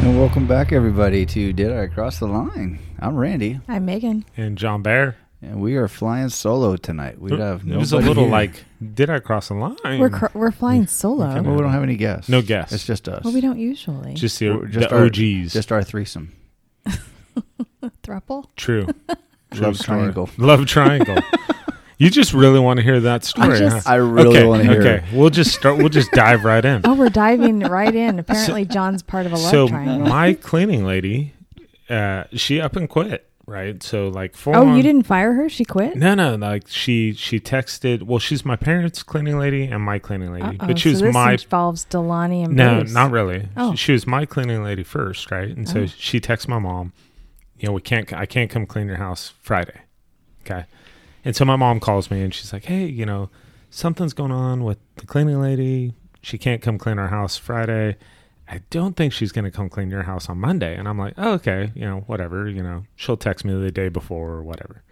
And welcome back, everybody, to Did I Cross the Line? I'm Randy, I'm Megan. and John Bear. and we are flying solo tonight. We have it was a nobody little here. like, did I cross the line? We're cr- we're flying solo. Okay. Well, we don't have any guests. No guests. It's just us. Well, we don't usually. just the, We're just the our- OGs. Just our threesome. thruple. True. True Love story. triangle. Love triangle. you just really want to hear that story. I just- huh? I really okay, want to hear. Okay, we'll just start. We'll just dive right in. Oh, we're diving right in. Apparently, John's part of a love so triangle. my cleaning lady, uh, she up and quit. Right. So like full. Oh, you on- didn't fire her? She quit? No, no. Like she, she texted. Well, she's my parents' cleaning lady and my cleaning lady, Uh-oh, but she was so this my involves Delaney and No, Bruce. not really. Oh. She, she was my cleaning lady first, right? And so Oh. she texts my mom, you know, we can't, I can't come clean your house Friday. Okay. And so my mom calls me and she's like, hey, you know, something's going on with the cleaning lady. She can't come clean our house Friday. I don't think she's going to come clean your house on Monday. And I'm like, oh, okay, you know, whatever, you know, she'll text me the day before or whatever.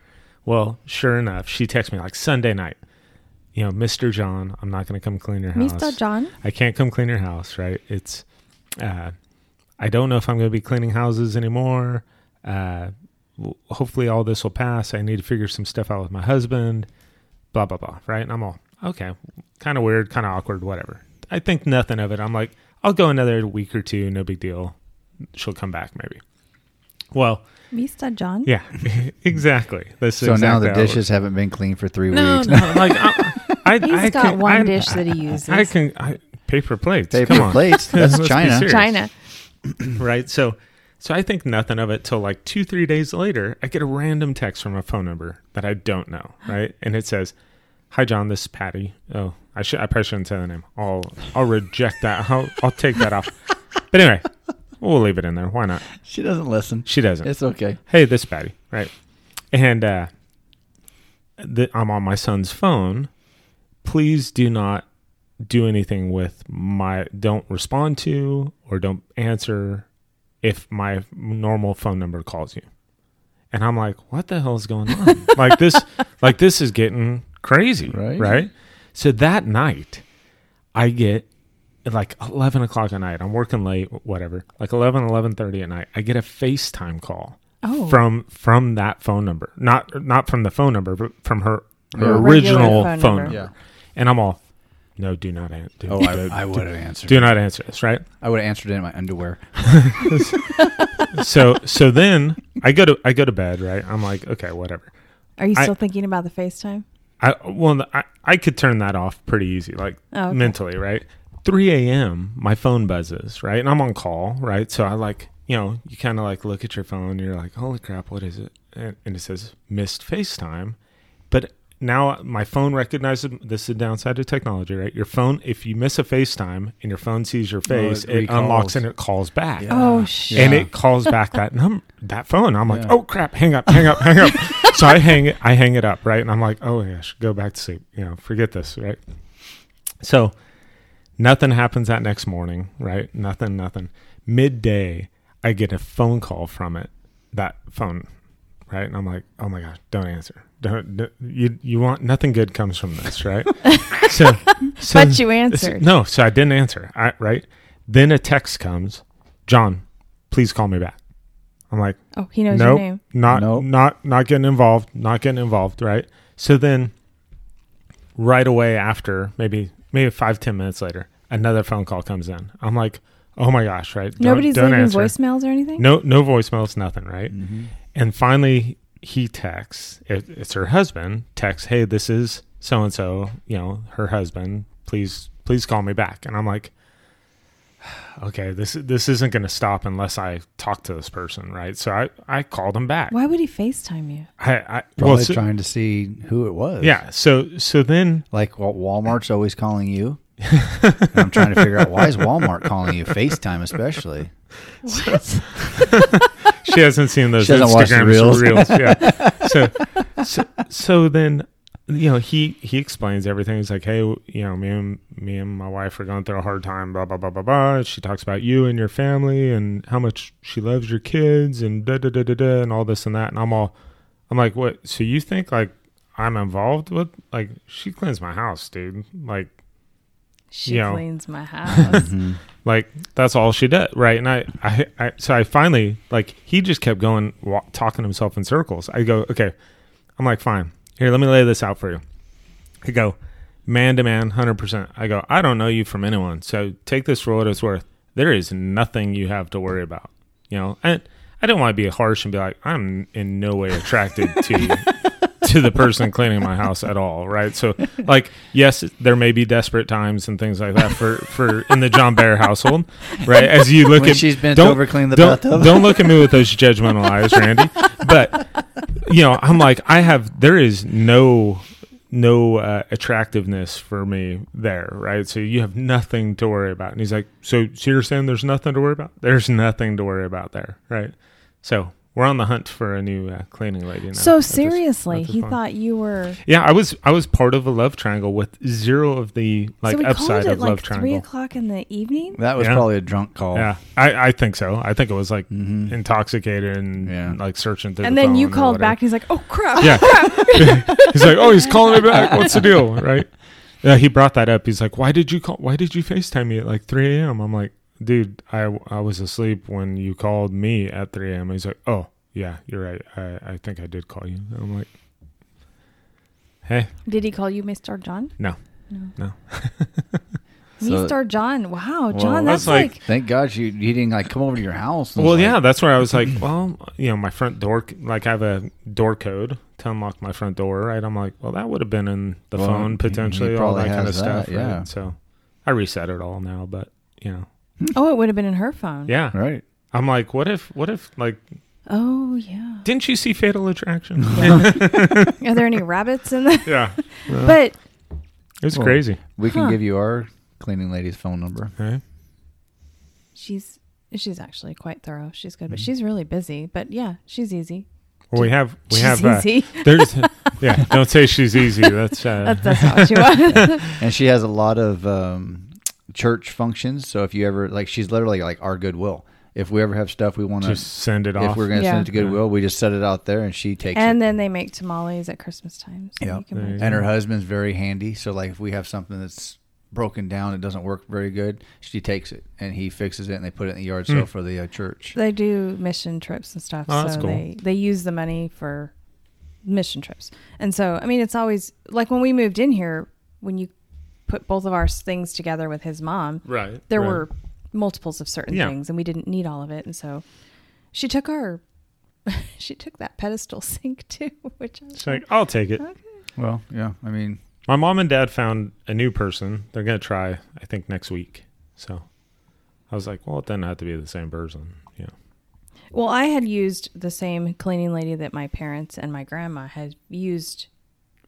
Well, sure enough, she texts me like Sunday night, you know, Mr. John, I'm not going to come clean your house. Mr. John. I can't come clean your house, right? It's, uh, I don't know if I'm going to be cleaning houses anymore. Uh, w- hopefully, all this will pass. I need to figure some stuff out with my husband, blah, blah, blah, right? And I'm all, okay, kind of weird, kind of awkward, whatever. I think nothing of it. I'm like, I'll go another week or two, no big deal. She'll come back maybe. Well, Mr. John. yeah, exactly. This So now the exactly how it dishes haven't been cleaned for three no, weeks. no, like I, I, He's I got can- one I- dish that he I- uses. I can I, paper plates. come Paper on. plates. That's Let's be China. serious. China. right? So, so I think nothing of it till like two, three days later, I get a random text from a phone number that I don't know, right? And it says, "Hi, John. This is Patty. Oh, I should. I probably shouldn't say the name. I'll, I'll reject that. I'll, I'll take that off. But anyway, we'll leave it in there. Why not? She doesn't listen. She doesn't. It's okay. hey, this is Patty, right? And uh, the, I'm on my son's phone. Please do not do anything with my. Don't respond to or don't answer if my normal phone number calls you. And I'm like, what the hell is going on? like this, like this is getting crazy, Right. Right. So that night, I get at like 11 o'clock at night i'm working late whatever like 11 11.30 at night i get a facetime call Oh. from from that phone number not not from the phone number but from her her Her regular original phone phone, number. number, Yeah. and i'm all no do not answer do, Oh, do- I, I would have answered. do not answer this right I would have answered it in my underwear. so so then i go to i go to bed right i'm like okay whatever Are you I- still thinking about the FaceTime? I well, I, I could turn that off pretty easy, like Oh, okay. mentally, right? 3 a.m. My phone buzzes, right, and I'm on call, right? So I like, you know, you kind of like look at your phone, and you're like, holy crap, what is it? And, and it says missed FaceTime, but now my phone recognizes this is the downside of technology, right? Your phone, if you miss a FaceTime and your phone sees your face, it it, unlocks recalls. and it calls back Oh, shit. and Yeah. it calls back that number that phone i'm like Yeah. oh crap hang up hang up hang up so i hang it i hang it up right and i'm like oh yeah I should go back to sleep you know forget this right so nothing happens that next morning right nothing nothing midday i get a phone call from it that phone right and i'm like oh my gosh don't answer don't, don't- you you want nothing good comes from this right so, so But you answered. no, so I didn't answer. I, right? Then a text comes, John, please call me back. I'm like, Oh, he knows your nope, name. not, Nope. not, not getting involved, not getting involved, right? So then, right away after, maybe, maybe five ten minutes later, another phone call comes in. I'm like, oh my gosh, right? Don't- Nobody's don't leaving answer. voicemails or anything? No, no voicemails, nothing, right? Mm-hmm. And finally, he texts. It, it's her husband. Texts, "Hey, this is so and so. You know, her husband. Please, please call me back." And I'm like, "Okay, this this isn't going to stop unless I talk to this person, right?" So I I called him back. Why would he FaceTime you? I, I Probably well, so- trying to see who it was. yeah. So so then Like Wa- Walmart's always calling you. And I'm trying to figure out why is Walmart calling you FaceTime especially. What? she hasn't seen those She hasn't watched the Instagram reels. reels. Yeah. So, so, so then, you know, he he explains everything. He's like, hey, you know, me and me and my wife are going through a hard time. Blah blah blah blah blah. She talks about you and your family and how much she loves your kids and da da da da da and all this and that. And I'm all, I'm like, what? So you think like I'm involved with like she cleans my house, dude? Like She You know. cleans my house. Mhm. like that's all she did right and I, I i so i finally like he just kept going wa- talking himself in circles i go okay i'm like fine here let me lay this out for you i go man to man 100% i go i don't know you from anyone so take this for what it's worth there is nothing you have to worry about you know and i didn't want to be harsh and be like i'm in no way attracted to to the person cleaning my house at all right so like yes there may be desperate times and things like that for for in the john bear household right as you look when at she's bent don't- over cleaning the don't, bathtub. don't look at me with those judgmental eyes, Randy. But you know, I'm like, I have there is no no uh, attractiveness for me there, right? So you have nothing to worry about. And he's like, so, so you're saying there's nothing to worry about? There's nothing to worry about there, right? So we're on the hunt for a new uh, cleaning lady. Now so at this- seriously, at this he point. thought you were. yeah, I was I was part of a love triangle with zero of the like so we upside called it of like love three triangle. o'clock in the evening. that was Yeah. probably a drunk call. Yeah, I, I think so. I think it was like Mhm. intoxicated and Yeah. like searching through. and the then you phone or called whatever. back. He's like, "Oh crap!" Yeah, he's like, oh, he's calling me back. What's the deal, right? Yeah, he brought that up. He's like, why did you call? Why did you Facetime me at like 3 a.m.? I'm like, dude, I I was asleep when you called me at 3 a.m. He's like, oh yeah, you're right. I I think I did call you. I'm like, hey, Did he call you Mr. John? No. No. No. So- Mr. John. Wow, Well, John, that's that's like- like, Thank God you, you didn't like come over to your house. and Well, was like, yeah, that's where I was like, well, you know, my front door, c- like I have a door code to unlock my front door, right? I'm like, well, that would have been in the Well, he- phone he potentially, all probably that kind of has that, stuff, yeah. right? So I reset it all now, but you know, oh, it would have been in her phone. yeah, Right. I'm like, what if, what if, like, Oh yeah. didn't you see Fatal Attraction? Are there any rabbits in there? yeah, But it's Well, crazy. We can Huh. give you our cleaning lady's phone number. Right? she's she's actually quite thorough. She's Mm-hmm. good, but she's really busy. But yeah, she's easy. Well, we have, we she's have, uh, easy. there's, yeah, don't say she's easy. That's, uh, that's that's how she was. And she has a lot of um, church functions. So if you ever, like, she's literally like our Goodwill. If we ever have stuff we want to, just send it if off. we're going to send Yeah. it to Goodwill, we just set it out there and she takes it. and then they make tamales at Christmas time. So Yeah. you can There make you go. And her husband's very handy. So, like, if we have something that's broken down, it doesn't work very good, she takes it and he fixes it and they put it in the yard sale for the uh, church. They do mission trips and stuff. Oh, so that's cool. they, they use the money for mission trips. And so, I mean, it's always like when we moved in here, when you put both of our s- things together with his mom, right. there right. were multiples of certain Yeah. things and we didn't need all of it. And so she took our, she took that pedestal sink too, which I was It's like, I'll take it. Well, yeah. I mean, My mom and dad found a new person. They're gonna try, I think, next week. So I was like, well, it doesn't have to be the same person. Yeah. Well, I had used the same cleaning lady that my parents and my grandma had used.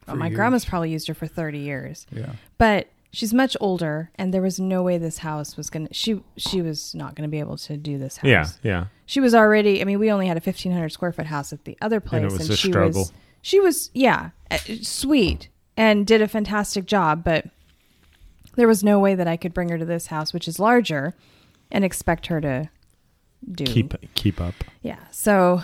Well, For my years. grandma's probably used her for 30 years. Yeah. But she's much older and there was no way this house was going to she she was not going to be able to do this house. Yeah. Yeah. She was already I mean we only had a 1500 square foot house at the other place And it was a she struggle. was she was yeah, uh, sweet and did a fantastic job, but there was no way that I could bring her to this house which is larger and expect her to do Keep keep up. yeah. So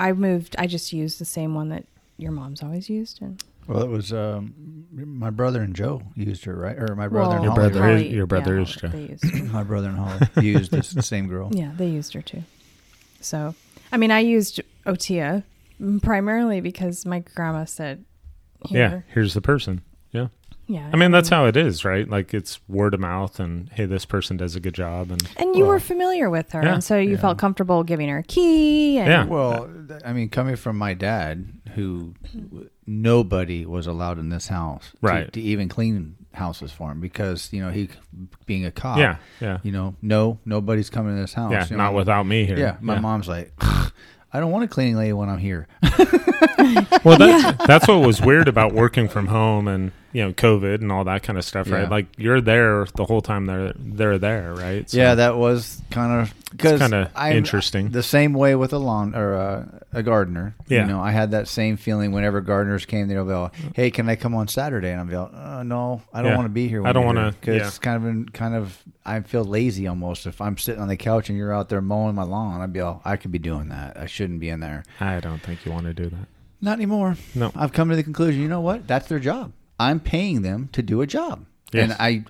I moved. I just used the same one that your mom's always used, and Well, it was um, my brother and Joe used her, right? Or my brother and Well, Holly. brother right? is- your brother yeah, is Joe. They used her. My brother and Holly used this the same girl. yeah, they used her too. So, I mean, I used Otia primarily because my grandma said, Yeah. "Here." Here's the person. Yeah. yeah." I mean, that's how it is, right? Like it's word of mouth, and hey, this person does a good job, and And you Well, were familiar with her, yeah, and so you yeah. felt comfortable giving her a key. And, Yeah. Well, th- I mean, coming from my dad, who w- nobody was allowed in this house to- Right. to, even clean houses for him because, you know, he being a cop, yeah, yeah, you know, no, nobody's coming in this house. yeah. you know? um, Not without me here. Yeah. My mom's like, I don't want a cleaning lady when I'm here. Well, that's, that's what was weird about working from home and you know COVID and all that kind of stuff, Yeah. right? Like you're there the whole time they're they're there, right? So- yeah, that was kind of because kinda interesting. The same way with a lawn or uh, a gardener. Yeah. Mm. you know, I had that same feeling whenever gardeners came. They'll be like, "Hey, can I come on Saturday?" And I'm like, uh, "No, I don't Yeah. want to be here. I when don't you're wanna- here." 'Cause yeah. it's kind of been kind of I feel lazy almost if I'm sitting on the couch and you're out there mowing my lawn. I'd be all, I could be doing that. I shouldn't be in there. I don't think you want to do that. Not anymore. No. I've come to the conclusion. You know what? That's their job. I'm paying them to do a job, Yes. and I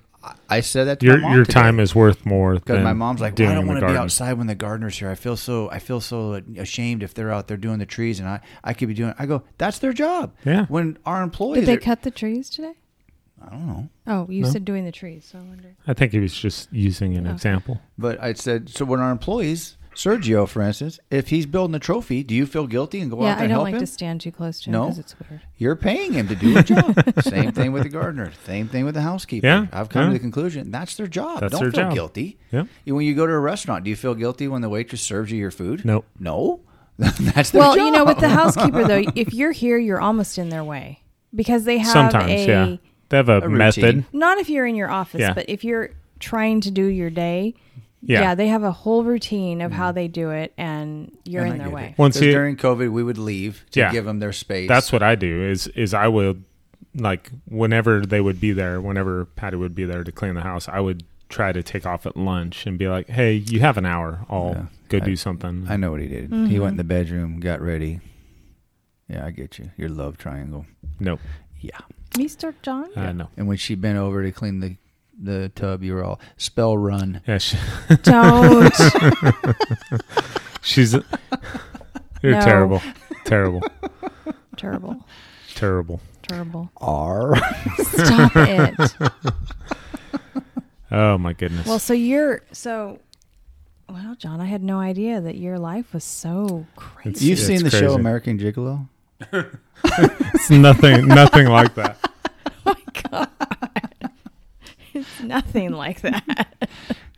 I said that to Your my mom your today. time is worth more Because than my mom's like, well, doing I don't the want to be garden." outside when the gardener's here. I feel so I feel so ashamed if they're out there doing the trees and I, I could be doing. I go, that's their job. Yeah. When our employees, Did they are- cut the trees today? I don't know. Oh, you No. said doing the trees, so I wonder. I think he was just using an Okay. example. But I said, so when our employees, Sergio, for instance, if he's building a trophy, do you feel guilty and go out yeah, there I and help don't like him? to stand too close to him No. because it's weird. You're paying him to do a job. Same thing with the gardener. Same thing with the housekeeper. Yeah, I've come yeah. to the conclusion that's their job. That's don't their feel job. guilty. Yeah. You- When you go to a restaurant, do you feel guilty when the waitress serves you your food? Nope. No. that's their Well, job. you know, with the housekeeper though, if you're here, you're almost in their way because they have Sometimes, a yeah. They have a, A method. routine. not if you're in your office, Yeah. but if you're trying to do your day, Yeah. yeah, they have a whole routine of how they do it, and you're And I in their get way. it. Once 'Cause you- during COVID, we would leave to Yeah. give them their space. That's what I do is is I would like whenever they would be there, whenever Patty would be there to clean the house, I would try to take off at lunch and be like, "Hey, you have an hour. I'll Yeah. go I- do something." I know what he did. He went in the bedroom, got ready. Yeah, I get you. Your love triangle. no, Yeah. Mr. John, uh, no. And when she bent over to clean the the tub, you were all spell run. Yeah, she, don't. she's you're No. terrible, terrible, terrible, terrible. terrible. R. Stop it. Oh my goodness. Well, so you're so. Wow, John, I had no idea that your life was so crazy. You've It's seen the show crazy. American Gigolo? it's nothing, nothing like that. Oh my god, it's nothing like that.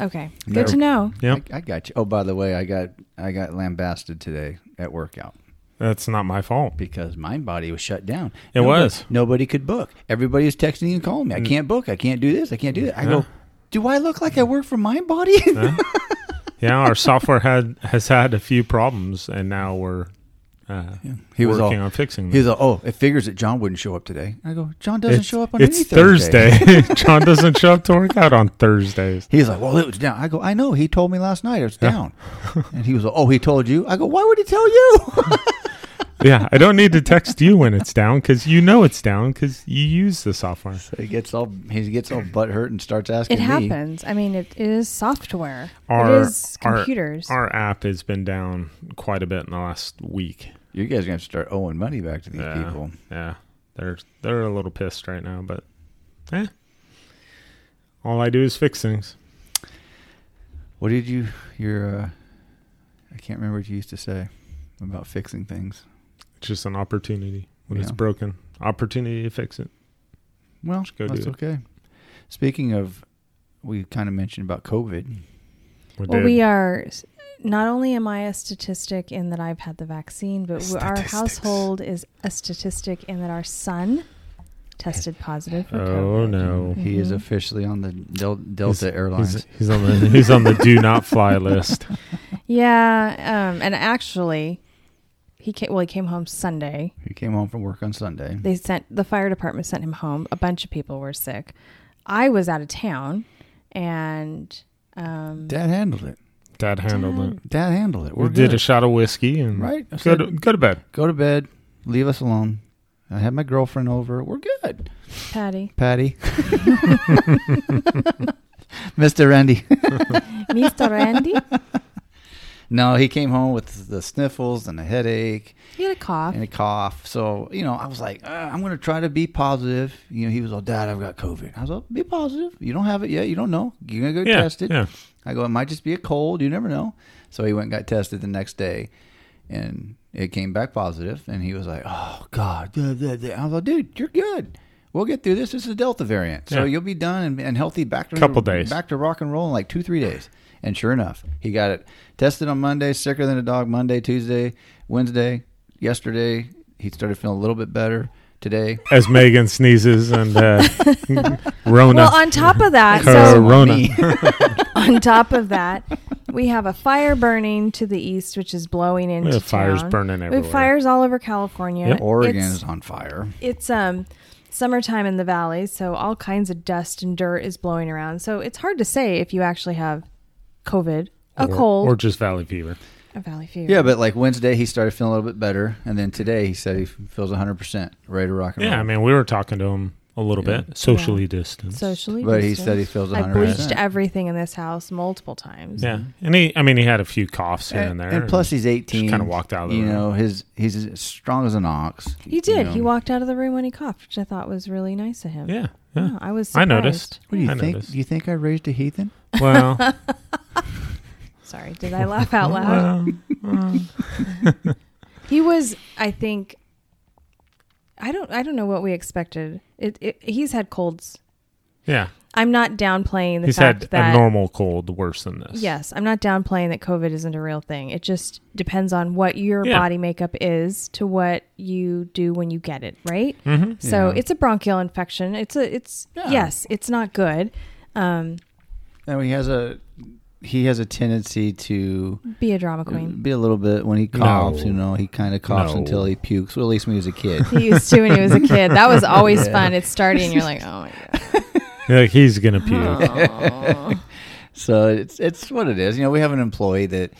okay, good No. to know. Yep, I, I got you. Oh, by the way, I got I got lambasted today at workout that's not my fault. because Mindbody was shut down. It Nobody- was. Mm. Nobody could book. Everybody was texting and calling me. I can't book. I can't do this. I can't do that. I go, do I look like I work for Mindbody? Yeah, our software had has had a few problems, and now we're uh, He was working all- on fixing them. He's like, oh, it figures that John wouldn't show up today. I go, John doesn't show up on it's any Thursday. John doesn't show up to work out on Thursdays. He's like, well, it was down. I go, I know. He told me last night it was down. and he was like, oh, he told you? I go, why would he tell you? Yeah, I don't need to text you when it's down because you know it's down because you use the software. he gets all he gets all butt hurt and starts asking It me. happens. I mean, it, it is software. Our- it is our- computers. Our app has been down quite a bit in the last week. You guys are gonna have to start owing money back to these Yeah, people. yeah, they're they're a little pissed right now, but eh. All I do is fix things. What did you your uh, I can't remember what you used to say about fixing things. It's just an opportunity when it's Yeah. broken. Opportunity to fix it. Well, Just go do that's it. okay. Speaking of we kind of mentioned about COVID. We well, did. we are. Not only am I a statistic in that I've had the vaccine, but we- our Statistics. household is a statistic in that our son tested positive for COVID. Oh no. He is Mhm. officially on the Del- Delta Airlines. He's, he's on the he's on the do not fly list. Yeah, um, and actually, he came. Well, he came home Sunday. he came home from work on Sunday. They sent the fire department sent him home. A bunch of people were sick. I was out of town, and um, Dad handled it. Dad handled it. Dad handled it. We're we did a good. shot of whiskey and Right? I go said, to, go to bed. go to bed. Leave us alone. I had my girlfriend over. We're good. Patty, Patty. Mr. Randy. Mr. Randy, No, he came home with the sniffles and a headache he had a cough. and a cough. So, you know, I was like, uh, I'm going to try to be positive. You know, he was all, Dad, I've got COVID. I was like, be positive. You don't have it yet. You don't know. You're going to go Yeah, test it. yeah. I go, it might just be a cold. You never know. So he went and got tested the next day and it came back positive, And he was like, oh, God. Blah, blah, blah." I was like, dude, you're good. We'll get through this. This is a Delta variant. So Yeah. you'll be done and, and healthy back to Couple days. Mm, Back to rock and roll in like two, three days. And sure enough, he got it tested on Monday, sicker than a dog Monday, Tuesday, Wednesday, yesterday. He started feeling a little bit better today. As Megan sneezes and uh, Rona. Well, on top of that, so Corona. on top of that, we have a fire burning to the east, which is blowing into We have fires town. burning We have everywhere. fires all over California. Yep. Oregon It's- is on fire. it's um summertime in the valley, so all kinds of dust and dirt is blowing around. So it's hard to say if you actually have COVID, a or, cold, or just valley fever. a valley fever. Yeah, but like Wednesday, he started feeling a little bit better, and then today he said he feels 100 percent ready to rock and Yeah, I roll. mean, we were talking to him a little Yeah. bit socially distanced. Socially But he distanced. said he feels I 100%. bleached everything in this house multiple times. Yeah, and he, I mean, he had a few coughs here and, and, there. and plus, he's 18. kinda walked out of the You room. know, his he's as strong as an ox. He did. you know. He walked out of the room when he coughed, which I thought was really nice of him. yeah, yeah. I was I Oh, surprised. noticed. What do you I think? noticed. Do you think I raised a heathen? Well, Sorry, did I laugh out loud? well, well, he was, I think I don't I don't know what we expected. It, it he's had colds. yeah. I'm not downplaying the He's fact had that a normal cold worse than this. Yes, I'm not downplaying that COVID isn't a real thing. It just depends on what your Yeah. body makeup is to what you do when you get it, right? hmm So Yeah. it's a bronchial infection. It's a it's Yeah. yes, it's not good. Um, And he has a he has a tendency to be a drama queen. be a little bit when he coughs. You know, he kind of coughs No. until he pukes. Well, at least when he was a kid. He used to when he was a kid. That was always Mm. Yeah. fun. It started and you're like, oh my god. Like he's gonna puke. So it's it's what it is. You know, we have an employee that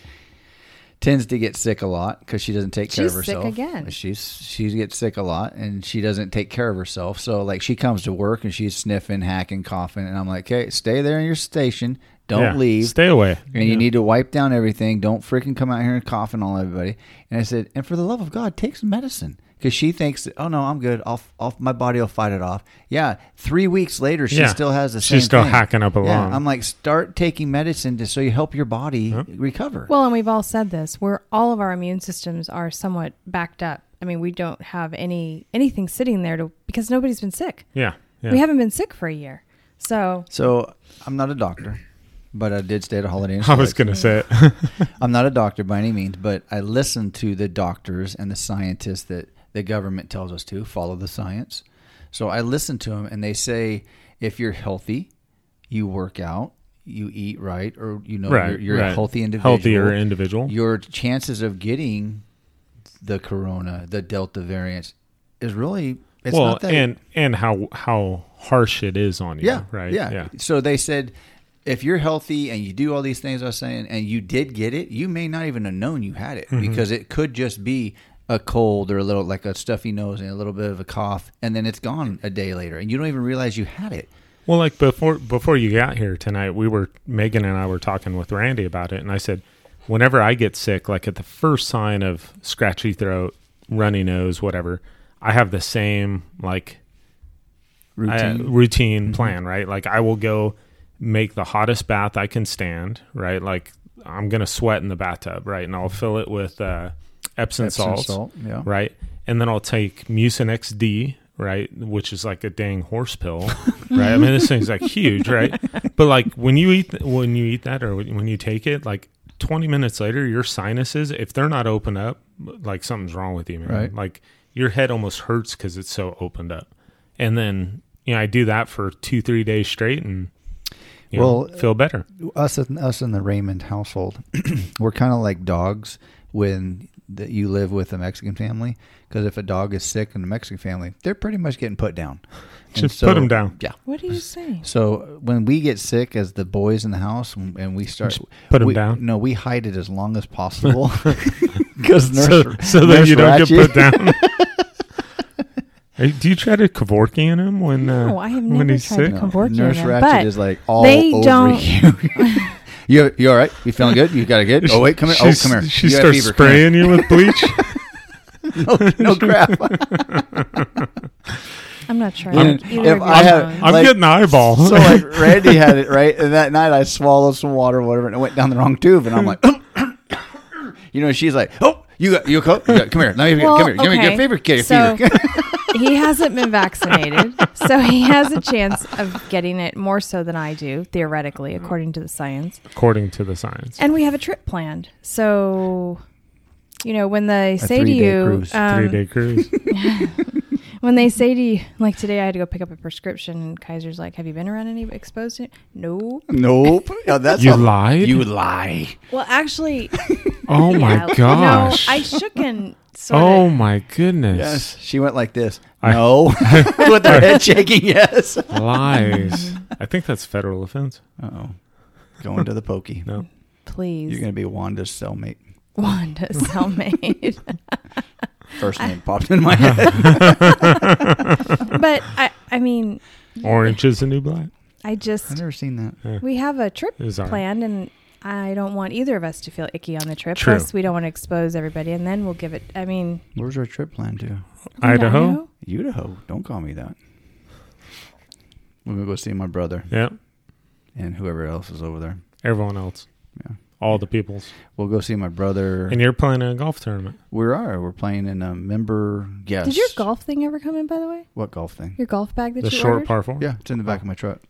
tends to get sick a lot because she doesn't take care of She's sick herself. again. She's she gets sick a lot and she doesn't take care of herself. So like she comes to work and she's sniffing, hacking, coughing, and I'm like, hey, stay there in your station. Don't Yeah. leave. Stay away. and you need to wipe down everything. Don't freaking come out here and cough and all everybody. And I said, and for the love of God, take some medicine because she thinks, that, oh no, I'm good. I'll, I'll my body will fight it off. Yeah, three weeks later, she Yeah. still has the same. She's still thing. hacking up a lung. Yeah, I'm like, start taking medicine to so you help your body recover. Well, and we've all said this. We're all of our immune systems are somewhat backed up. I mean, we don't have any anything sitting there to because nobody's been sick. Yeah, yeah. We haven't been sick for a year. So so I'm not a doctor, but I did stay at a Holiday Inn. I was Select. gonna say it. I'm not a doctor by any means, but I listen to the doctors and the scientists that the government tells us to follow the science. So I listen to them, and they say if you're healthy, you work out, you eat right, or you know right. you're, you're right. a healthy individual, Healthier individual. your chances of getting the corona, the Delta variant, is really it's well, not that and and how how harsh it is on you. yeah, Right. Yeah. So they said, if you're healthy and you do all these things I was saying, and you did get it, you may not even have known you had it Mm-hmm. because it could just be a cold or a little like a stuffy nose and a little bit of a cough, and then it's gone a day later, and you don't even realize you had it. Well, like before before you got here tonight, we were Megan and I were talking with Randy about it, and I said, whenever I get sick, like at the first sign of scratchy throat, runny nose, whatever, I have the same like routine, Routine. uh, Mm-hmm. routine plan, right? Like I will go make the hottest bath I can stand, right? Like I'm gonna sweat in the bathtub, right? And I'll fill it with uh, Epsom, Epsom salts, salt, yeah. right? And then I'll take Mucinex D, right, which is like a dang horse pill, right? Mm-hmm. I mean, this thing's like huge, right? But like when you eat when you eat that or when when you take it, like 20 minutes later, your sinuses, if they're not open up, like something's wrong with you, man. Right. Like your head almost hurts because it's so opened up. And then you know I do that for two three days straight and. You know, Well, feel better. us and us in the Raymond household, we're kind of like dogs when that you live with a Mexican family. Because if a dog is sick in a Mexican family, they're pretty much getting put down. And Just put 'em down. Yeah. what do you say? So when we get sick as the boys in the house and and we start put 'em we- down? No, we hide it as long as possible because nurse, so, so that Nurse you don't Ratchet- get put down. Hey, Do you try to Kevorkian him when No, uh, I have when never he's tried sick? to Kevorkian Nurse him, Ratchet but is like all they over don't- you. you you all right? You feeling good? You got it good? Oh wait, come here! Oh She's- come here! She You have starts fever. Come here. spraying you with bleach. No, no crap. I'm not sure. And Either of if you I have- knows. I'm Like- getting the eyeball. so like Randy had it right, and that night I swallowed some water, or whatever, and it went down the wrong tube, and I'm like, you know, she's like, oh. You got you got, you got come here. Now you Well, come here. Come here. Get okay. a fever. Get a So- fever. he hasn't been vaccinated, so he has a chance of getting it more so than I do, theoretically, according to the science. According to the science, And we have a trip planned. So, you know, when they say to three-day you, cruise. three um, day cruise. when they say to you, like today, I had to go pick up a prescription, and Kaiser's like, "Have you been around any exposed?" To-? No. nope. Yeah, that's You how- lied? You lie. Well, actually, Oh my yeah, gosh! no, I shook and sort oh of. my goodness! Yes. She went like this. I- no. With her head shaking, yes. Lies. I think that's federal offense. oh. Going to the pokey. No. You're Please, going to be Wanda's cellmate. Wanda cellmate. First name popped in my head. but I, I I mean, Orange is the new black. I I've just never seen that. we have a trip It was all right. planned, and I don't want either of us to feel icky on the trip. True. Plus, we don't want to expose everybody, and then we'll give it. I mean, Where's our trip planned to? Idaho? Idaho. Don't call me that. We're gonna go see my brother Yeah. and whoever else is over there. Everyone else. Yeah. All the peoples. We'll go see my brother. And you're playing in a golf tournament. we are. We're playing in a member guest. Did your golf thing ever come in? By the way, What golf thing? your golf bag that the you short ordered. par four. Yeah, it's in the back of my truck.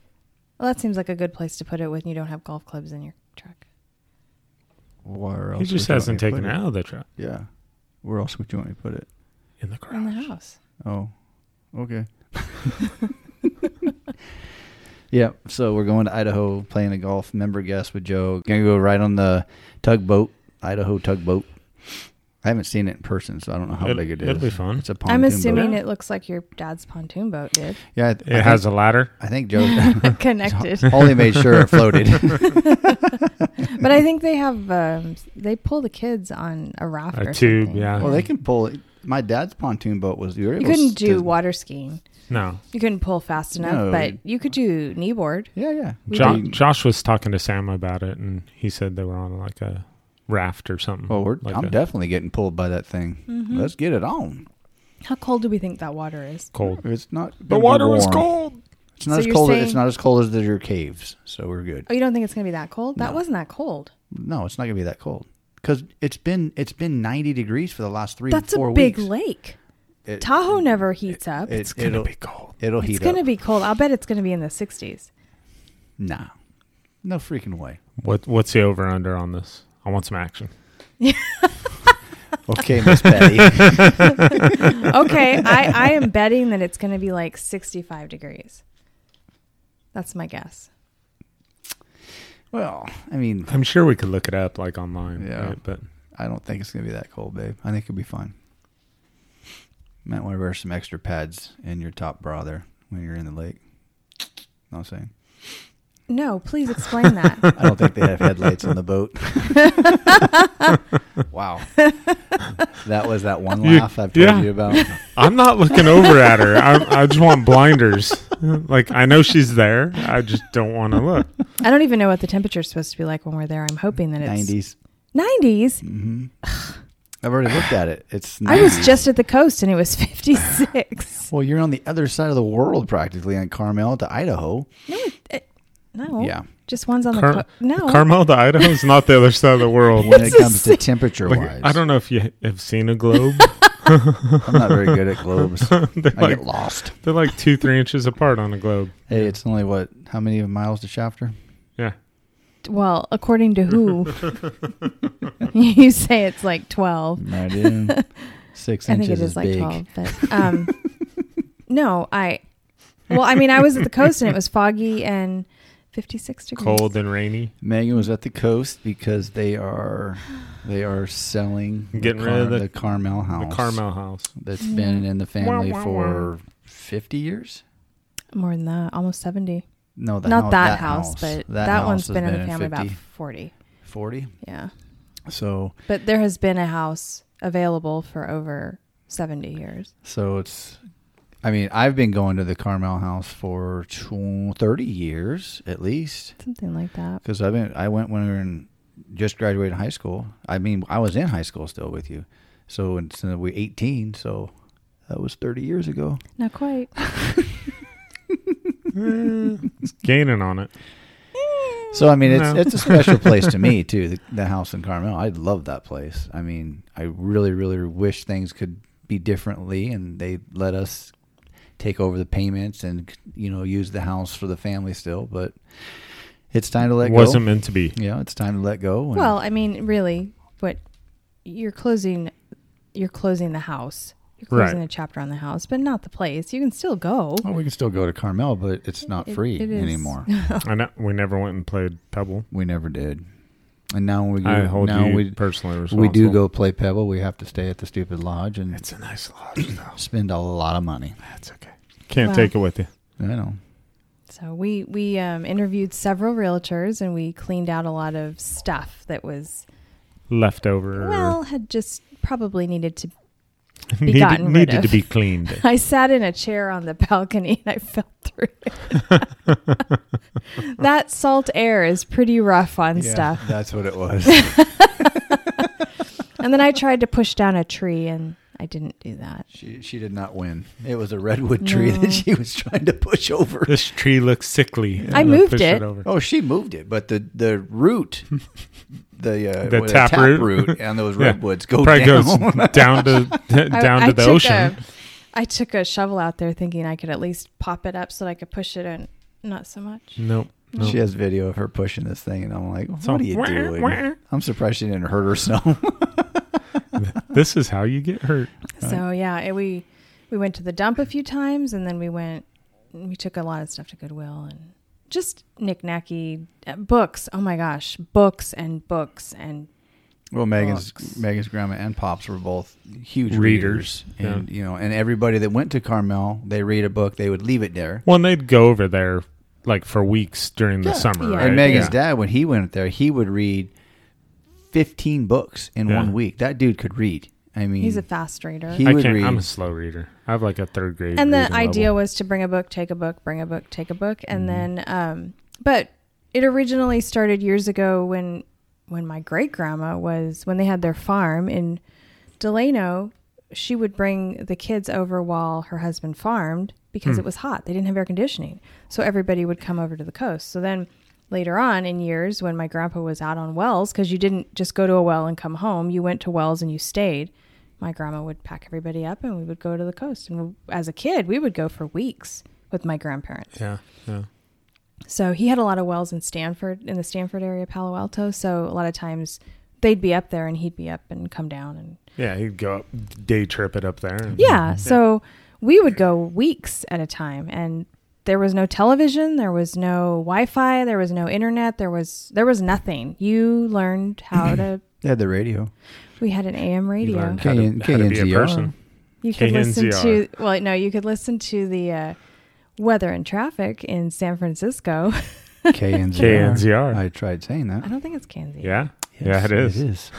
Well, that seems like a good place to put it when you don't have golf clubs in your truck. Where else? He would just you want hasn't me to taken put it out of the truck. Yeah. Where else would you want me to put it? In the In the garage. house. Oh, okay. yeah, so we're going to Idaho, playing a golf member guest with Joe. Gonna go right on the tugboat, Idaho tugboat. I haven't seen it in person, so I don't know how It- big it is. it'll be fun. It's a pontoon I'm assuming boat. it looks like your dad's pontoon boat did. Yeah, I, It has a ladder. I think Joe Connected. only made sure it floated. But I think they have um, they pull the kids on a raft A or tube, something. yeah. well, they can pull it. My dad's pontoon boat was. You, were You able couldn't do to- water skiing. No. You couldn't pull fast enough, No. but you could do kneeboard. Yeah, yeah. Jo- They- Josh was talking to Sam about it, and he said they were on like a raft or something. well, Oh, we're, like I'm a definitely getting pulled by that thing. Mm-hmm. Let's get it on. How cold do we think that water is? cold. It's not. The water was warm. cold. It's not So as you're cold. saying- It's not as cold as the- your caves, so we're good. Oh, you don't think it's going to be that cold? That wasn't that cold. No, it's not gonna be that cold because it's been it's been ninety degrees for the last three That's four a big weeks. lake. It- Tahoe never heats up. it- It's gonna it'll- be cold. It'll it's heat going to up. be cold. I'll bet it's going to be in the 60s. nah, no freaking way. What What's the over under on this? I want some action. Okay, Miss Betty. Okay, I, I am betting that it's going to be like 65 degrees. That's my guess. Well, I mean, I'm sure we could look it up like online. Yeah. right? But I don't think it's gonna be that cold, babe. I think it'll be fine. Might want to wear some extra pads in your top bra there when you're in the lake. Know what I'm saying No, please explain that. I don't think they have headlights on the boat. wow, that was that one You- laugh I've told yeah. you about. I'm not looking over at her. I, I just want blinders. like I know she's there. I just don't want to look. I don't even know what the temperature is supposed to be like when we're there. I'm hoping that it's 90s. 90s. Mm-hmm. I've already looked at it. It's I was 90s. just at the coast and it was 56. well, you're on the other side of the world practically, on Carmel to Idaho. no, it, it- no. Yeah. Just one's on Car- the co- no. Carmel to Idaho is not the other side of the world. When It's it the comes to same- temperature Like, wise, I don't know if you have seen a globe. I'm not very good at globes. I like- get lost. They're like two, three inches apart on a globe. Hey, it's only what? How many miles to Shafter? Yeah. well, according to who? you say it's like 12. I do. Six I think inches it is like big. 12, but um no, I Well, I mean, I was at the coast and it was foggy and 56 degrees. Cold and rainy. Megan was at the coast because they are they are selling the Getting rid of the- the Carmel house. The Carmel house. that's been in the family Wah, wah, for fifty years. More than that, almost 70. No, the Not hou- that, house, but that, house one's has been in the in family about 50, 40. 40. Yeah. So But there has been a house available for over 70 years. So it's, I mean, I've been going to the Carmel House for tw- thirty years at least, Something like that. because I've been. I went when we were in, just graduated high school. I mean, I was in high school still with you, so and so we eighteen. So that was thirty years ago. Not quite. Eh, It's gaining on it. So I mean, it's No. it's a special place to me too. The, the house in Carmel, I love that place. I mean, I really, really wish things could be differently, and they let us take over the payments and you know use the house for the family still. But it's time to let Wasn't meant to be. go. Yeah, it's time to let go. and- Well, I mean, really, what you're closing, you're closing the house. You're closing Right. the chapter on the house, but not the place. You can still go. well, we can still go to Carmel, but it's not It- free it is. anymore. I know, we never went and played Pebble. we never did, and now we I hold now you we personally responsible. we do go play Pebble. We have to stay at the stupid lodge and It's a nice lodge, though. spend a lot of money. That's okay. Can't Wow. take it with you. I know. So we we um, interviewed several realtors and we cleaned out a lot of stuff that was Leftover. well had just probably needed to be needed gotten rid needed of. to be cleaned. I sat in a chair on the balcony and I fell through it. that salt air is pretty rough on stuff. That's what it was. And then I tried to push down a tree and I didn't do that. she she did not win. It was a redwood tree No. that she was trying to push over. this tree looks sickly. I I'm gonna moved push it. over. Oh, she moved it, but the the root, the uh, The what, tap root? root on those Yeah. redwoods go Probably down. goes down to I- down I to the took ocean. a- I took a shovel out there thinking I could at least pop it up so that I could push it in. Not so much. Nope. nope. She has video of her pushing this thing, and I'm like, "What So- are you Wah, doing?" wah. I'm surprised she didn't hurt herself. This is how you get hurt. So yeah, it, we we went to the dump a few times, and then we went. We took a lot of stuff to Goodwill and just knickknacky uh, books. Oh my gosh, books and books and well, Megan's Books. Megan's grandma and pops were both huge readers, Readers, and you know, and everybody that went to Carmel, they read a book, they would leave it there. Well, and they'd go over there like for weeks during the Yeah. summer, Yeah. right? And Megan's Yeah. dad, when he went there, he would read 15 books in Yeah. one week. That dude could read. I mean, he's a fast reader. Mm. he I would can't. read. I'm a slow reader. I have like a third grade. and the reading level. idea was to bring a book, take a book, bring a book, take a book, and then um, but it originally started years ago when when my great grandma was when they had their farm in Delano. She would bring the kids over while her husband farmed because it was hot. They didn't have air conditioning, so everybody would come over to the coast. So then later on in years when my grandpa was out on wells because you didn't just go to a well and come home you went to wells and you stayed my grandma would pack everybody up and we would go to the coast and as a kid we would go for weeks with my grandparents Yeah. Yeah. so he had a lot of wells in stanford in the stanford area palo alto so a lot of times they'd be up there and he'd be up and come down and Yeah, he'd go up, day trip it up there. and- yeah. So we would go weeks at a time and there was no television, there was no Wi-Fi, there was no internet, there was there was nothing. You learned how to They had the radio. we had an AM He radio. learned how to, KN- how to be a KNZR. person. You could listen KNZR. to well, no, you could listen to the uh, weather and traffic in San Francisco. KNZR. KNZR. I tried saying that. I don't think it's Kansas. Yeah. yeah, it is. It is.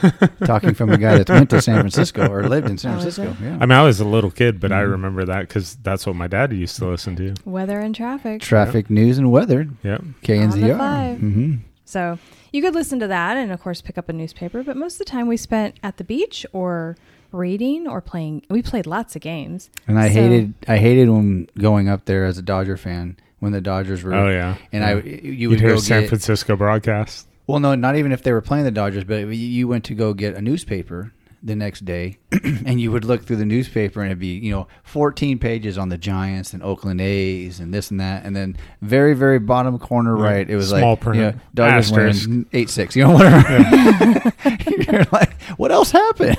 Talking from a guy that went to San Francisco or lived in San Oh, is Francisco. Yeah. I mean, I was a little kid, but I remember that because that's what my dad used to listen to. Weather and traffic. Traffic news and weather. Yep. KNZR. five. Mm-hmm. So you could listen to that and, of course, pick up a newspaper. But most of the time we spent at the beach or reading or playing. We played lots of games. And I So- hated I hated when going up there as a Dodger fan when the Dodgers were. Oh, yeah. And I you You would would hear go San get- Francisco broadcast. Well, no, not even if they were playing the Dodgers, but you- you went to go get a newspaper the next day, and you would look through the newspaper, and it'd be you know 14 pages on the Giants and Oakland A's and this and that, and then very very bottom corner Right. right, it was Small like print. you know, Dodgers Asterisk. winning eight six, you know whatever. You're like, what else happened?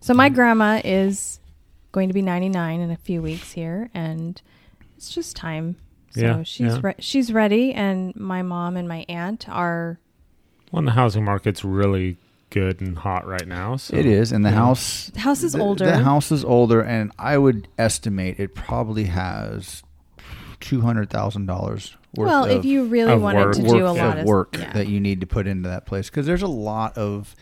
So my grandma is going to be 99 in a few weeks here, and it's just time. So Yeah, she's yeah. Re- she's ready, and my mom and my aunt are. Well, and the housing market's really good and hot right now. So It is, and the Yeah. house The house is the- older. The house is older, and I would estimate it probably has two hundred thousand dollars worth. well, if of- you really of wanted work- to work, do a lot of of work yeah. that you need to put into that place because there's a lot of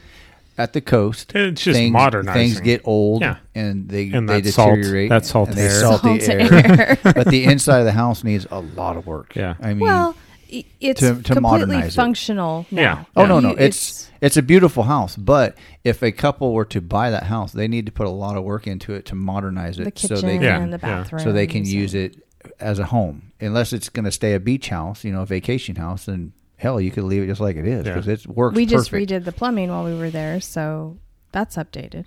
at the coast. It's just things, modernizing. Things get old, Yeah. and they And they that salt- deteriorate. that salt and they air. salt the Salt air. air. but the inside of the house needs a lot of work. Yeah. I mean, well, i- it's to- to completely modernize it. functional now. Yeah. Oh no no, You- it's it's a beautiful house, but if a couple were to buy that house, they need to put a lot of work into it to modernize it the kitchen so they Yeah. can and the yeah. bathroom, so they can use it as a home. Unless it's going to stay a beach house, you know, a vacation house, then hell, you could leave it just like it is Yeah. because it works. We just perfect. redid the plumbing while we were there, so that's updated.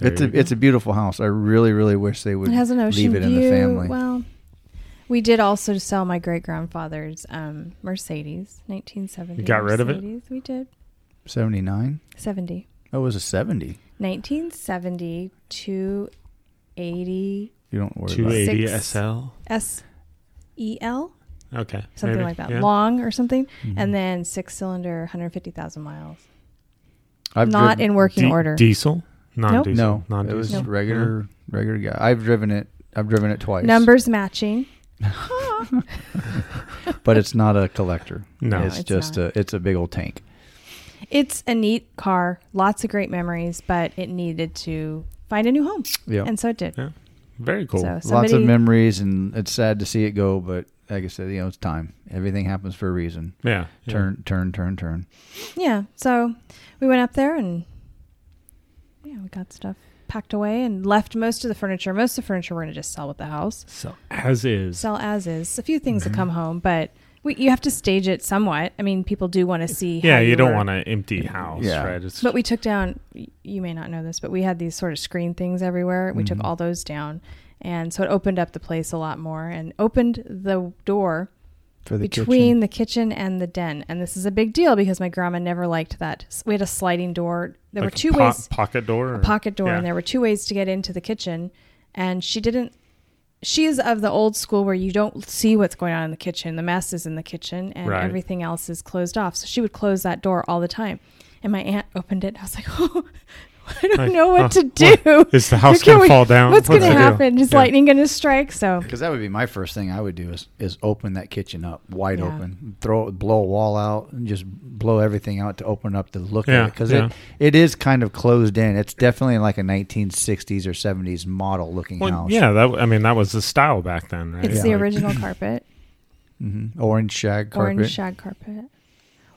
It's a There you it's a beautiful house. I really really wish they would It has an ocean leave it view. in the family. Well, we did also sell my great grandfather's um, Mercedes, 1970. You got rid of it? Mercedes. We did Seventy nine. 70, That was a seventy. 1970 to 80 You don't worry Two about it. eighty Six. SL. S E L Okay. something maybe. like that, Yeah. Mm-hmm. long or something, and then six cylinder, 150,000 miles. I've Not driven, in working Di- order. Diesel. Non-diesel. No, it Non-diesel. was Nope. regular regular guy. I've driven it. I've driven it twice. Numbers matching. but it's not a collector. No. it's, It's just not. a it's a big old tank. It's a neat car, lots of great memories, but it needed to find a new home. Yeah. And so it did. Yeah. Very cool. So Lots of somebody- memories, and it's sad to see it go. But like I said, you know, it's time. Everything happens for a reason. yeah. yeah. Turn, turn, turn, turn. Yeah. So we went up there and yeah, we got stuff packed away and left most of the furniture. Most of the furniture we're gonna just sell with the house. So as is. Sell as is. A few things Mm-hmm. that come home, but we, you have to stage it somewhat. I mean, people do want to see. yeah, how you don't were- want an empty house, Yeah. right? It's But we took down. y- You may not know this, but we had these sort of screen things everywhere. We took all those down, and so it opened up the place a lot more and opened the door For the between kitchen. the kitchen and the den. And this is a big deal because my grandma never liked that. S- We had a sliding door. There like were a two po- ways, pocket door, or- pocket door, yeah. and there were two ways to get into the kitchen. And she didn't. She is of the old school where you don't see what's going on in the kitchen. The mess is in the kitchen, and Right. everything else is closed off. So she would close that door all the time. And my aunt opened it. And I was like, oh. I don't Like, know huh, what to what- do. Is the house Can gonna we- fall down? What's, going to the deal? happen? Is Yeah. lightning going to strike? So Because that would be my first thing I would do is is open that kitchen up wide Yeah. open, throw blow a wall out, and just blow everything out to open up to look Yeah, at it because yeah. it, it is kind of closed in. It's definitely like a 1960s or 70s model looking Well, house. yeah, that I mean that was the style back then, right? it's Yeah. the original carpet. hmm orange shag carpet. Orange shag carpet.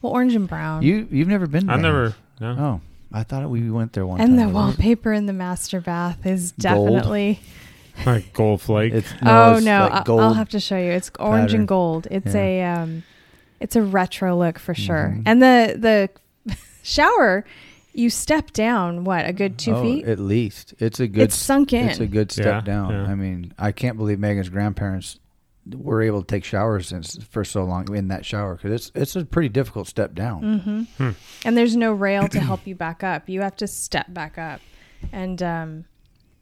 Well, orange and brown. You you've never been. I there. never. No. Oh, I thought we went there one. and the time. wallpaper in the master bath is Gold. definitely. Like gold flake. It's oh it's no, like I- gold. I'll have to show you. It's orange pattern. and gold. It's Yeah. a um, it's a retro look for sure. Mhm. And the the shower, you step down what a good two Oh, feet. at least. It's a good. it's sunk in. It's a good step Yeah, down. yeah. I mean, I can't believe Megan's grandparents were able to take showers since for so long in that shower because it's it's a pretty difficult step down. Mm, Mm-hmm. Hmm. and there's no rail to help you back up. You have to step back up, and um,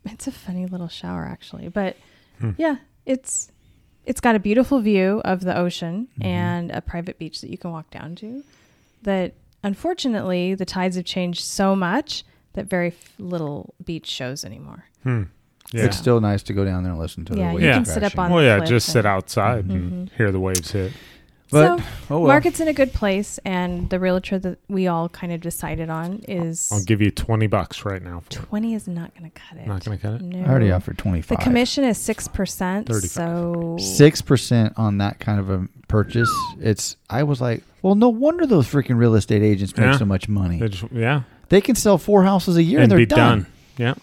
it's a funny little shower actually. But Hmm. yeah, it's it's got a beautiful view of the ocean Mm-hmm. and a private beach that you can walk down to. That unfortunately, the tides have changed so much that very f- little beach shows anymore. Hmm. Yeah. It's still nice to go down there and listen to the Yeah, you waves can sit up crashing. on well, yeah, cliff just sit and- outside and hear the waves hit. But Mm-hmm. so, oh well. market's in a good place, and the realtor that we all kind of decided on is I'll give you twenty bucks right now. For it. twenty is not going to cut it. Not gonna cut it. I already No. offered twenty The five. commission is six percent. 35. So Six percent on that kind of a purchase. It's. I was like, well, no wonder those freaking real estate agents make Yeah. so much money. They just- yeah, They can sell four houses a year and, and they're be done. done. Yeah.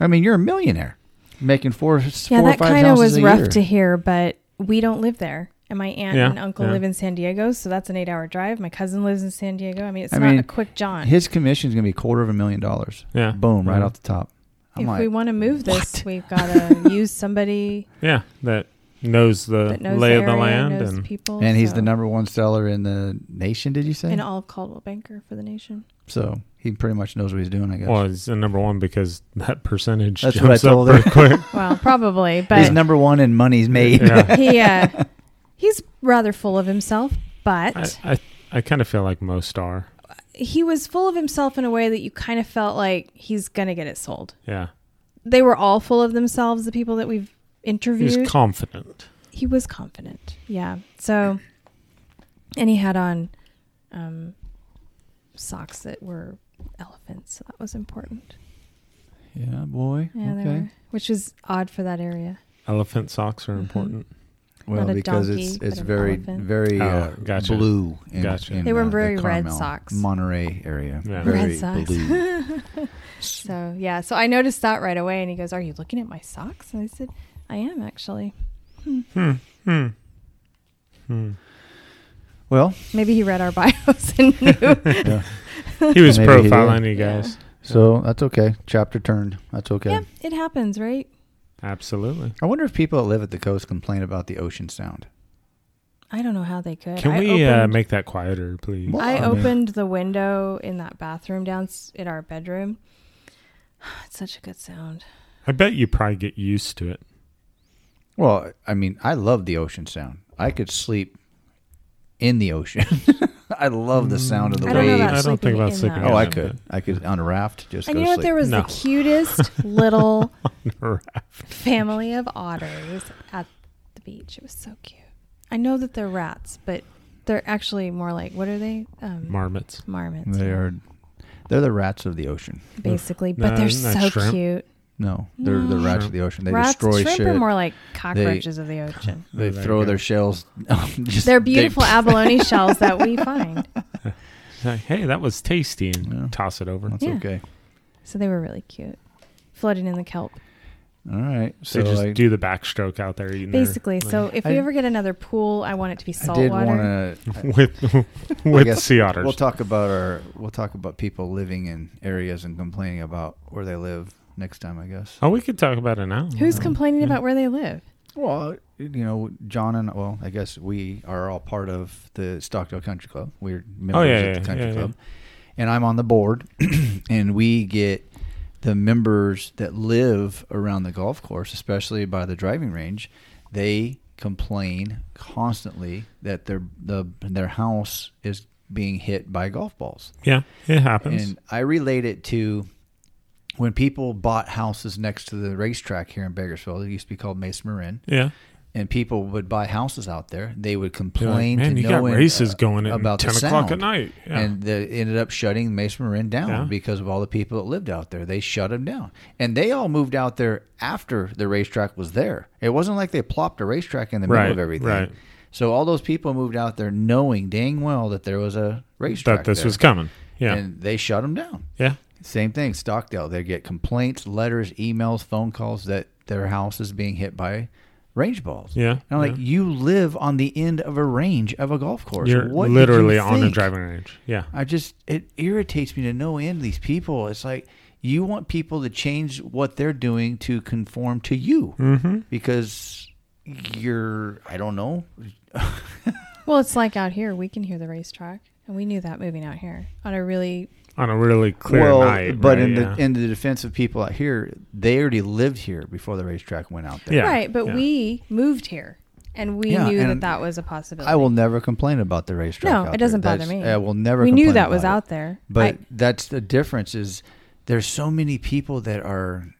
I mean, you're a millionaire making four, yeah, four or that five kind of houses was a rough year. to hear, but we don't live there, and my aunt Yeah, and uncle yeah. live in San Diego, so that's an eight-hour drive. My cousin lives in San Diego. I mean, it's I not mean, a quick jaunt. His commission's gonna be quarter of a million dollars. Yeah. Boom, right Yeah. off the top. I'm if like, we want to move this, we've got to use somebody Yeah. That knows the that knows lay the of the area, land knows and people, and he's so- the number one seller in the nation. Did you say? in all of Caldwell Banker for the nation. so he pretty much knows what he's doing. I guess. well, it's the number one because that percentage That's what I jumps up told real her. quick. Well, probably, he's but number one in money's made. yeah. he uh, he's rather full of himself, but. I, I, I kind of feel like most are. he was full of himself in a way that you kind of felt like he's gonna get it sold. Yeah. They were all full of themselves, the people that we've interviewed. He's confident. he was confident. Yeah. So and he had on um socks that were elephants, so that was important. Yeah, boy. Yeah, they okay. were. Which was odd for that area. Elephant socks are Mm-hmm. Mhm. important. Well, Not a because it's donkey, it's but an very elephant. very uh, Oh, gotcha. blue. In, Gotcha. in, They were uh, the very red Carmel, socks. Monterey area. Yeah. Very Red socks. blue. So yeah. So I noticed that right away and he goes, Are you looking at my socks? And I said, I am actually. Hmm. Hmm. well, Maybe he read our bios and knew. yeah. He was Maybe he profiling you guys. so that's okay. Chapter turned. That's okay. yeah, it happens, right? Absolutely. I wonder if people that live at the coast complain about the ocean sound. I don't know how they could. Can I we uh, opened- make that quieter, please? Well, I I mean- opened the window in that bathroom down s- in our bedroom. It's such a good sound. I bet you probably get used to it. Well, I mean, I love the ocean sound. I could sleep in the ocean. I love the sound of the Mm, I don't know waves. about I don't think sleeping about in sleeping. that. oh, I in could. I could on a raft just And go you know what? sleep. There was No. the cutest little it. family of otters at the beach. It was so cute. I know that they're rats, but They're actually more like what are they? Um, marmots. marmots. They are they're the rats of the ocean. basically, No, but they're not so shrimp. cute. No, they're the No. rats of the ocean. They Mm. Rats, destroy shrimp shit. are more like cockroaches of the ocean. they Oh, there throw you go. their shells. just- They're they- beautiful abalone shells that we find. It's like, hey, that was tasty, and Yeah. toss it over. That's Yeah. okay. So they were really cute. Floating in the kelp, All right. So So, just I, do the backstroke out there, eating their- basically. So if I- we ever get another pool, I want it to be I salt did water. want to. with I with guess sea otters. We'll talk about our we'll talk about people living in areas and complaining about where they live next time, I guess. oh, we could talk about it now. Who's Mm-hmm. Uh, complaining yeah. about where they live? Well, you know, John and well, I guess we are all part of the Stockdale Country Club. We're members Oh, yeah, of the yeah, country yeah, club. And I'm on the board and we get the members that live around the golf course, especially by the driving range, they complain constantly that their the their house is being hit by golf balls. Yeah, it happens. And I relate it to when people bought houses next to the racetrack here in Bakersfield. It used to be called Mason Marin, yeah, and people would buy houses out there. They would You're like, complain man, to you no got one, races uh, going at about ten the o'clock at sound. night. Yeah. And they ended up shutting Mason Marin down Yeah. because of all the people that lived out there. They shut them down, and they all moved out there after the racetrack was there. It wasn't like they plopped a racetrack in the Right, middle of everything. right. So all those people moved out there knowing dang well that there was a racetrack. that this there. was coming. Yeah, and they shut them down. yeah. Same thing, Stockdale. They get complaints, letters, emails, phone calls that their house is being hit by range balls. Yeah, And I'm like, you live on the end of a range of a golf course. You're What did you literally on a think? driving range. Yeah, I just, it irritates me to no end these people. It's like, you want people to change what they're doing to conform to you mm-hmm. because you're, I don't know. Well, it's like out here, we can hear the racetrack, and we knew that moving out here on a really on a really clear well, night. but right? in yeah. the in the defense of people out here, they already lived here before the racetrack went out there. Yeah, right. But yeah. we moved here, and we Yeah, knew that and that was a possibility. I will never complain about the racetrack. No, out it doesn't there. bother That's- me. I will never. we knew complain that was about it. out there, But I- that's the difference. Is there's so many people that are,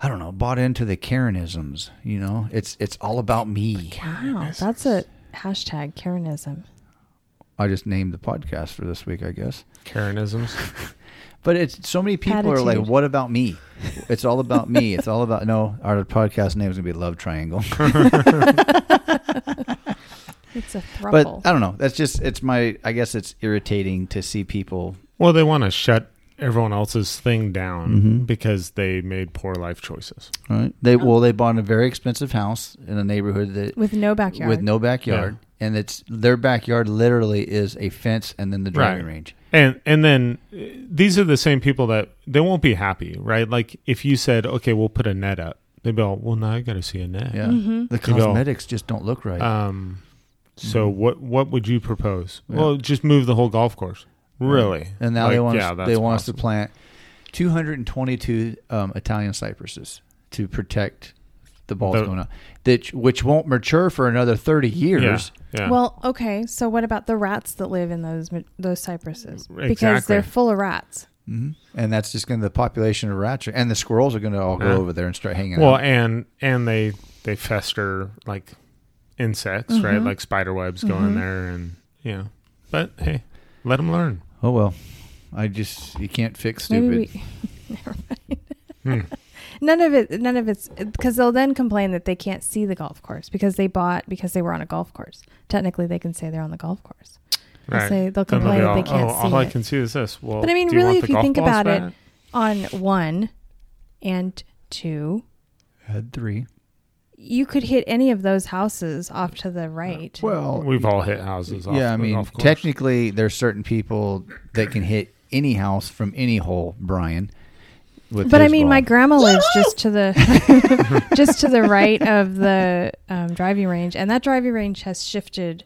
I don't know, bought into the Karenisms. You know, it's it's all about me. wow, that's a hashtag Karenism. I just named the podcast for this week, I guess. Karenisms. But it's so many people are like, Attitude. "What about me? It's all about me. It's all about no." Our podcast name is gonna be Love Triangle. It's a but uh, thruple. I don't know. That's just it's my. I guess it's irritating to see people Well, they want to shut everyone else's thing down Mhm. because they made poor life choices. Right. They well, they bought a very expensive house in a neighborhood that with no backyard. with no backyard, and it's their backyard literally is a fence and then the driving Right. range. And and then uh, these are the same people that they won't be happy, right? Like if you said, okay, we'll put a net up, they'd be all, well, now I got to see a net. Yeah, Mhm. the You go- cosmetics just don't look right. Um, so what what would you propose? Mm-hmm. Yeah. Well, just move the whole golf course. Really? and now they Like, want yeah, us, that's they want us to possible. plant 222 um, Italian cypresses to protect the balls The- going up, that which won't mature for another 30 years. Yeah. yeah. Well, okay. So what about the rats that live in those ma- those cypresses? Because Mm, Exactly. they're full of rats. hmm And that's just going to the population of rats and the squirrels are going to all go Yeah. over there and start hanging well, out. and and they they fester like insects, right? Mm-hmm. Like spider webs go in there, and you know. But hey, let them learn. Oh well, I just you can't fix stupid. Maybe we never Hmm. mind. none of it. None of it's because they'll then complain that they can't see the golf course because they bought because they were on a golf course. Technically, they can say they're on the golf course. They'll Right? say- they'll Then complain be that they all, can't oh, see all I it." can see is this. Well, But I mean, do want really, the if you golf think balls about back? it, on one and two, had three. you could hit any of those houses off to the right. Well, we've all hit houses. Off yeah, I the mean, golf course. technically, there's certain people that can hit any house from any hole, Brian. With But I his mean, ball. my grandma lives just to the just to the right of the um, driving range, and that driving range has shifted.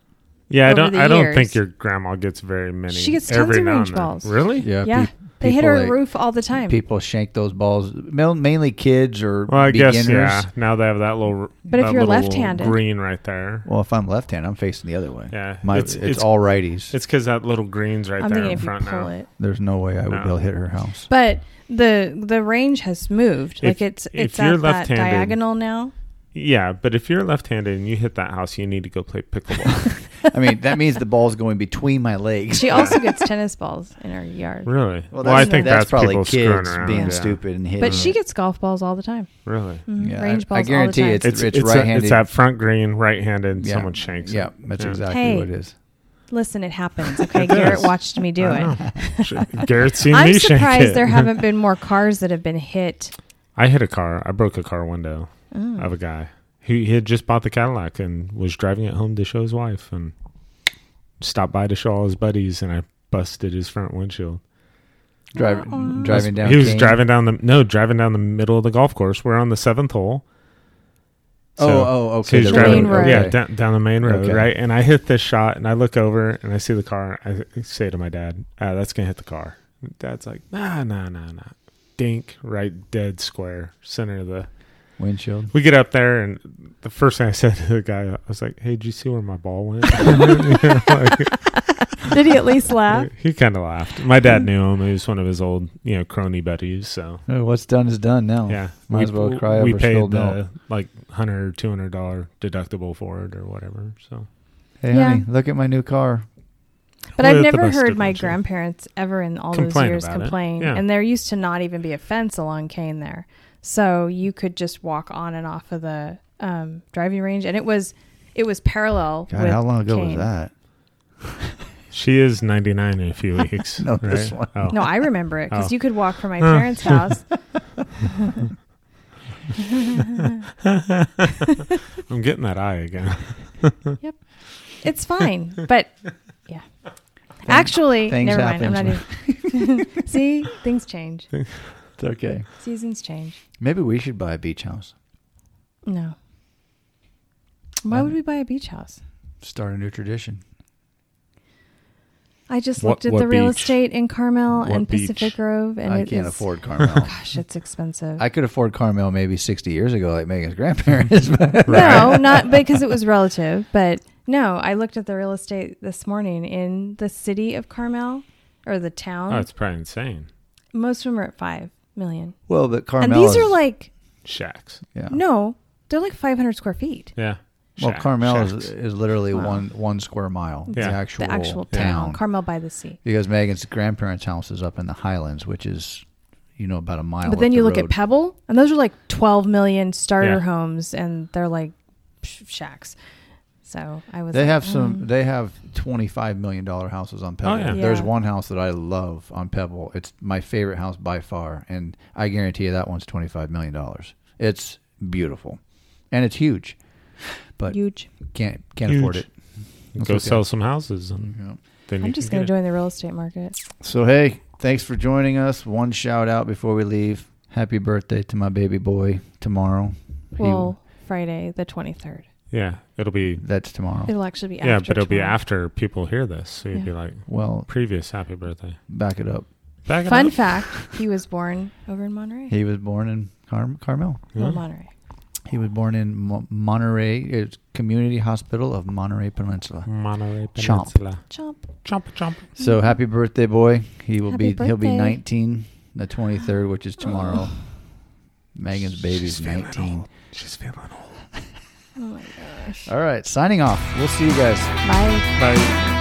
yeah, I over don't. the I don't years- think your grandma gets very many. She gets tons every of now range and then. balls. Really? yeah, Yeah, peop- they hit people her like- roof all the time. People shank those balls, ma- mainly kids or Well, I beginners. guess yeah. Now they have that little. But if that you're little left-handed- green right there. Well, if I'm left-handed, I'm facing the other way. Yeah, my, it's- it's, it's- all righties. It's because that little green's right I'm there thinking in if you front pull now. it, There's no way I would No. be able to hit her house. but the the range has moved. If- like it's if it's you're at that left-handed- diagonal now. yeah, but if you're left-handed and you hit that house, you need to go play pickleball. I mean, that means the ball's going between my legs. She also gets tennis balls in her yard. really? Well, Well, that's- I think that's that's, probably people kids screwing around. being yeah. stupid and hitting. But she it. gets golf balls all the time. Really? Mhm, Yeah, Range I- I balls all the guarantee time. it's- It's it's, right-handed. A, it's that front green, right-handed. Yeah. Someone shanks Yeah, it. that's Yeah. exactly Hey. what it is. Listen, it happens. Okay, It does. Garrett watched me do I it. know. Sh- Garrett's seen I'm me shake surprised it. there haven't been more cars that have been hit. I hit a car. I broke a car window Oh. of a guy who he had just bought the Cadillac and was driving it home to show his wife and stopped by to show all his buddies and I busted his front windshield. Drive, Uh-uh. driving down. he was Kane. driving down the no, driving down the middle of the golf course. We're on the seventh hole. Oh, So- oh, okay. So he's the driving, main road. yeah, okay. down, down the main road, Okay. right? And I hit this shot, and I look over and I see the car. I say to my dad, ah, "That's gonna hit the car." Dad's like, "Nah, nah, nah, nah." Dink, right, dead square, center of the. Windshield. We get up there, and the first thing I said to the guy, I was like, "Hey, did you see where my ball went?" Did he at least laugh? he kind of laughed. My dad knew him; he was one of his old, you know, crony buddies. So Oh, What's done is done now. yeah, Oh, Might as well cry We over spilled paid milk. the like hundred, two hundred dollar deductible for it or whatever. So Hey, Yeah. honey, look at my new car. But I've Well, that's the never best heard of my them, sure. grandparents ever in all Complain those years about it. complain. Yeah. And there used to not even be a fence along Kane there. So you could just walk on and off of the um, driving range and it was it was parallel. God, with how long ago was Kane. that? She is 99 in a few weeks. No, right? this one. Oh. No, I remember it because Oh. you could walk from my Huh. parents' house. I'm getting that eye again. It's fine, but yeah. Actually, things never mind. I'm happen. not even. See, things change. It's okay. Seasons change. Maybe we should buy a beach house. No. Why would we buy a beach house? Start a new tradition. I just What- looked at what the real beach? estate in Carmel What and beach? Pacific Grove, and I it can't is- afford Carmel. Gosh, it's expensive. I could afford Carmel maybe 60 years ago, like Megan's grandparents. but- No, not because it was relative, but no, I looked at the real estate this morning in the city of Carmel or the town. Oh, it's probably insane. Most of them are at five million, well, but Carmel. and these is- are like Shacks. Yeah. no, they're like five hundred square feet. Yeah. Well, Shack- Carmel is, shacks. is literally Wow. one one square mile. Yeah. The The actual, the actual town. town, Carmel by the Sea. because Megan's grandparents' house is up in the Highlands, which is, you know, about a mile. But then up you the look road. at Pebble, and those are like twelve million starter Yeah. homes, and they're like sh- shacks. So I was. They like, have some. mm. They have twenty five million dollar houses on Pebble. Oh, yeah. There's Yeah. one house that I love on Pebble. It's my favorite house by far, and I guarantee you that one's twenty five million dollars. It's beautiful, and it's huge. But huge. can't can't Huge. afford it. That's Go okay. Mm-hmm. sell some houses and Yeah. then you I'm just can going to get join the real estate market. So hey, thanks for joining us. One shout out before we leave. Happy birthday to my baby boy tomorrow. He- Well, Friday the 23rd. it. Yeah. It'll be. that's tomorrow. It'll actually be after. Yeah, but it'll be tomorrow. after people hear this. So you'd Yeah. be like, Well, previous happy birthday. back it up. Back it Fun up. fact: He was born over in Monterey. He was born in Car- Carmel. Well, Yeah. Monterey. He was born in Mo- Monterey it's Community Hospital of Monterey Peninsula. Monterey Chomp. Peninsula. Chomp. Chomp, chomp. So happy birthday, boy! He will Happy be he'll be birthday. 19 the 23rd, which is tomorrow. Megan's baby's She's feeling 19. old. She's feeling old. Oh my gosh. Uh, All right, signing off. We'll see you guys. Bye. Bye.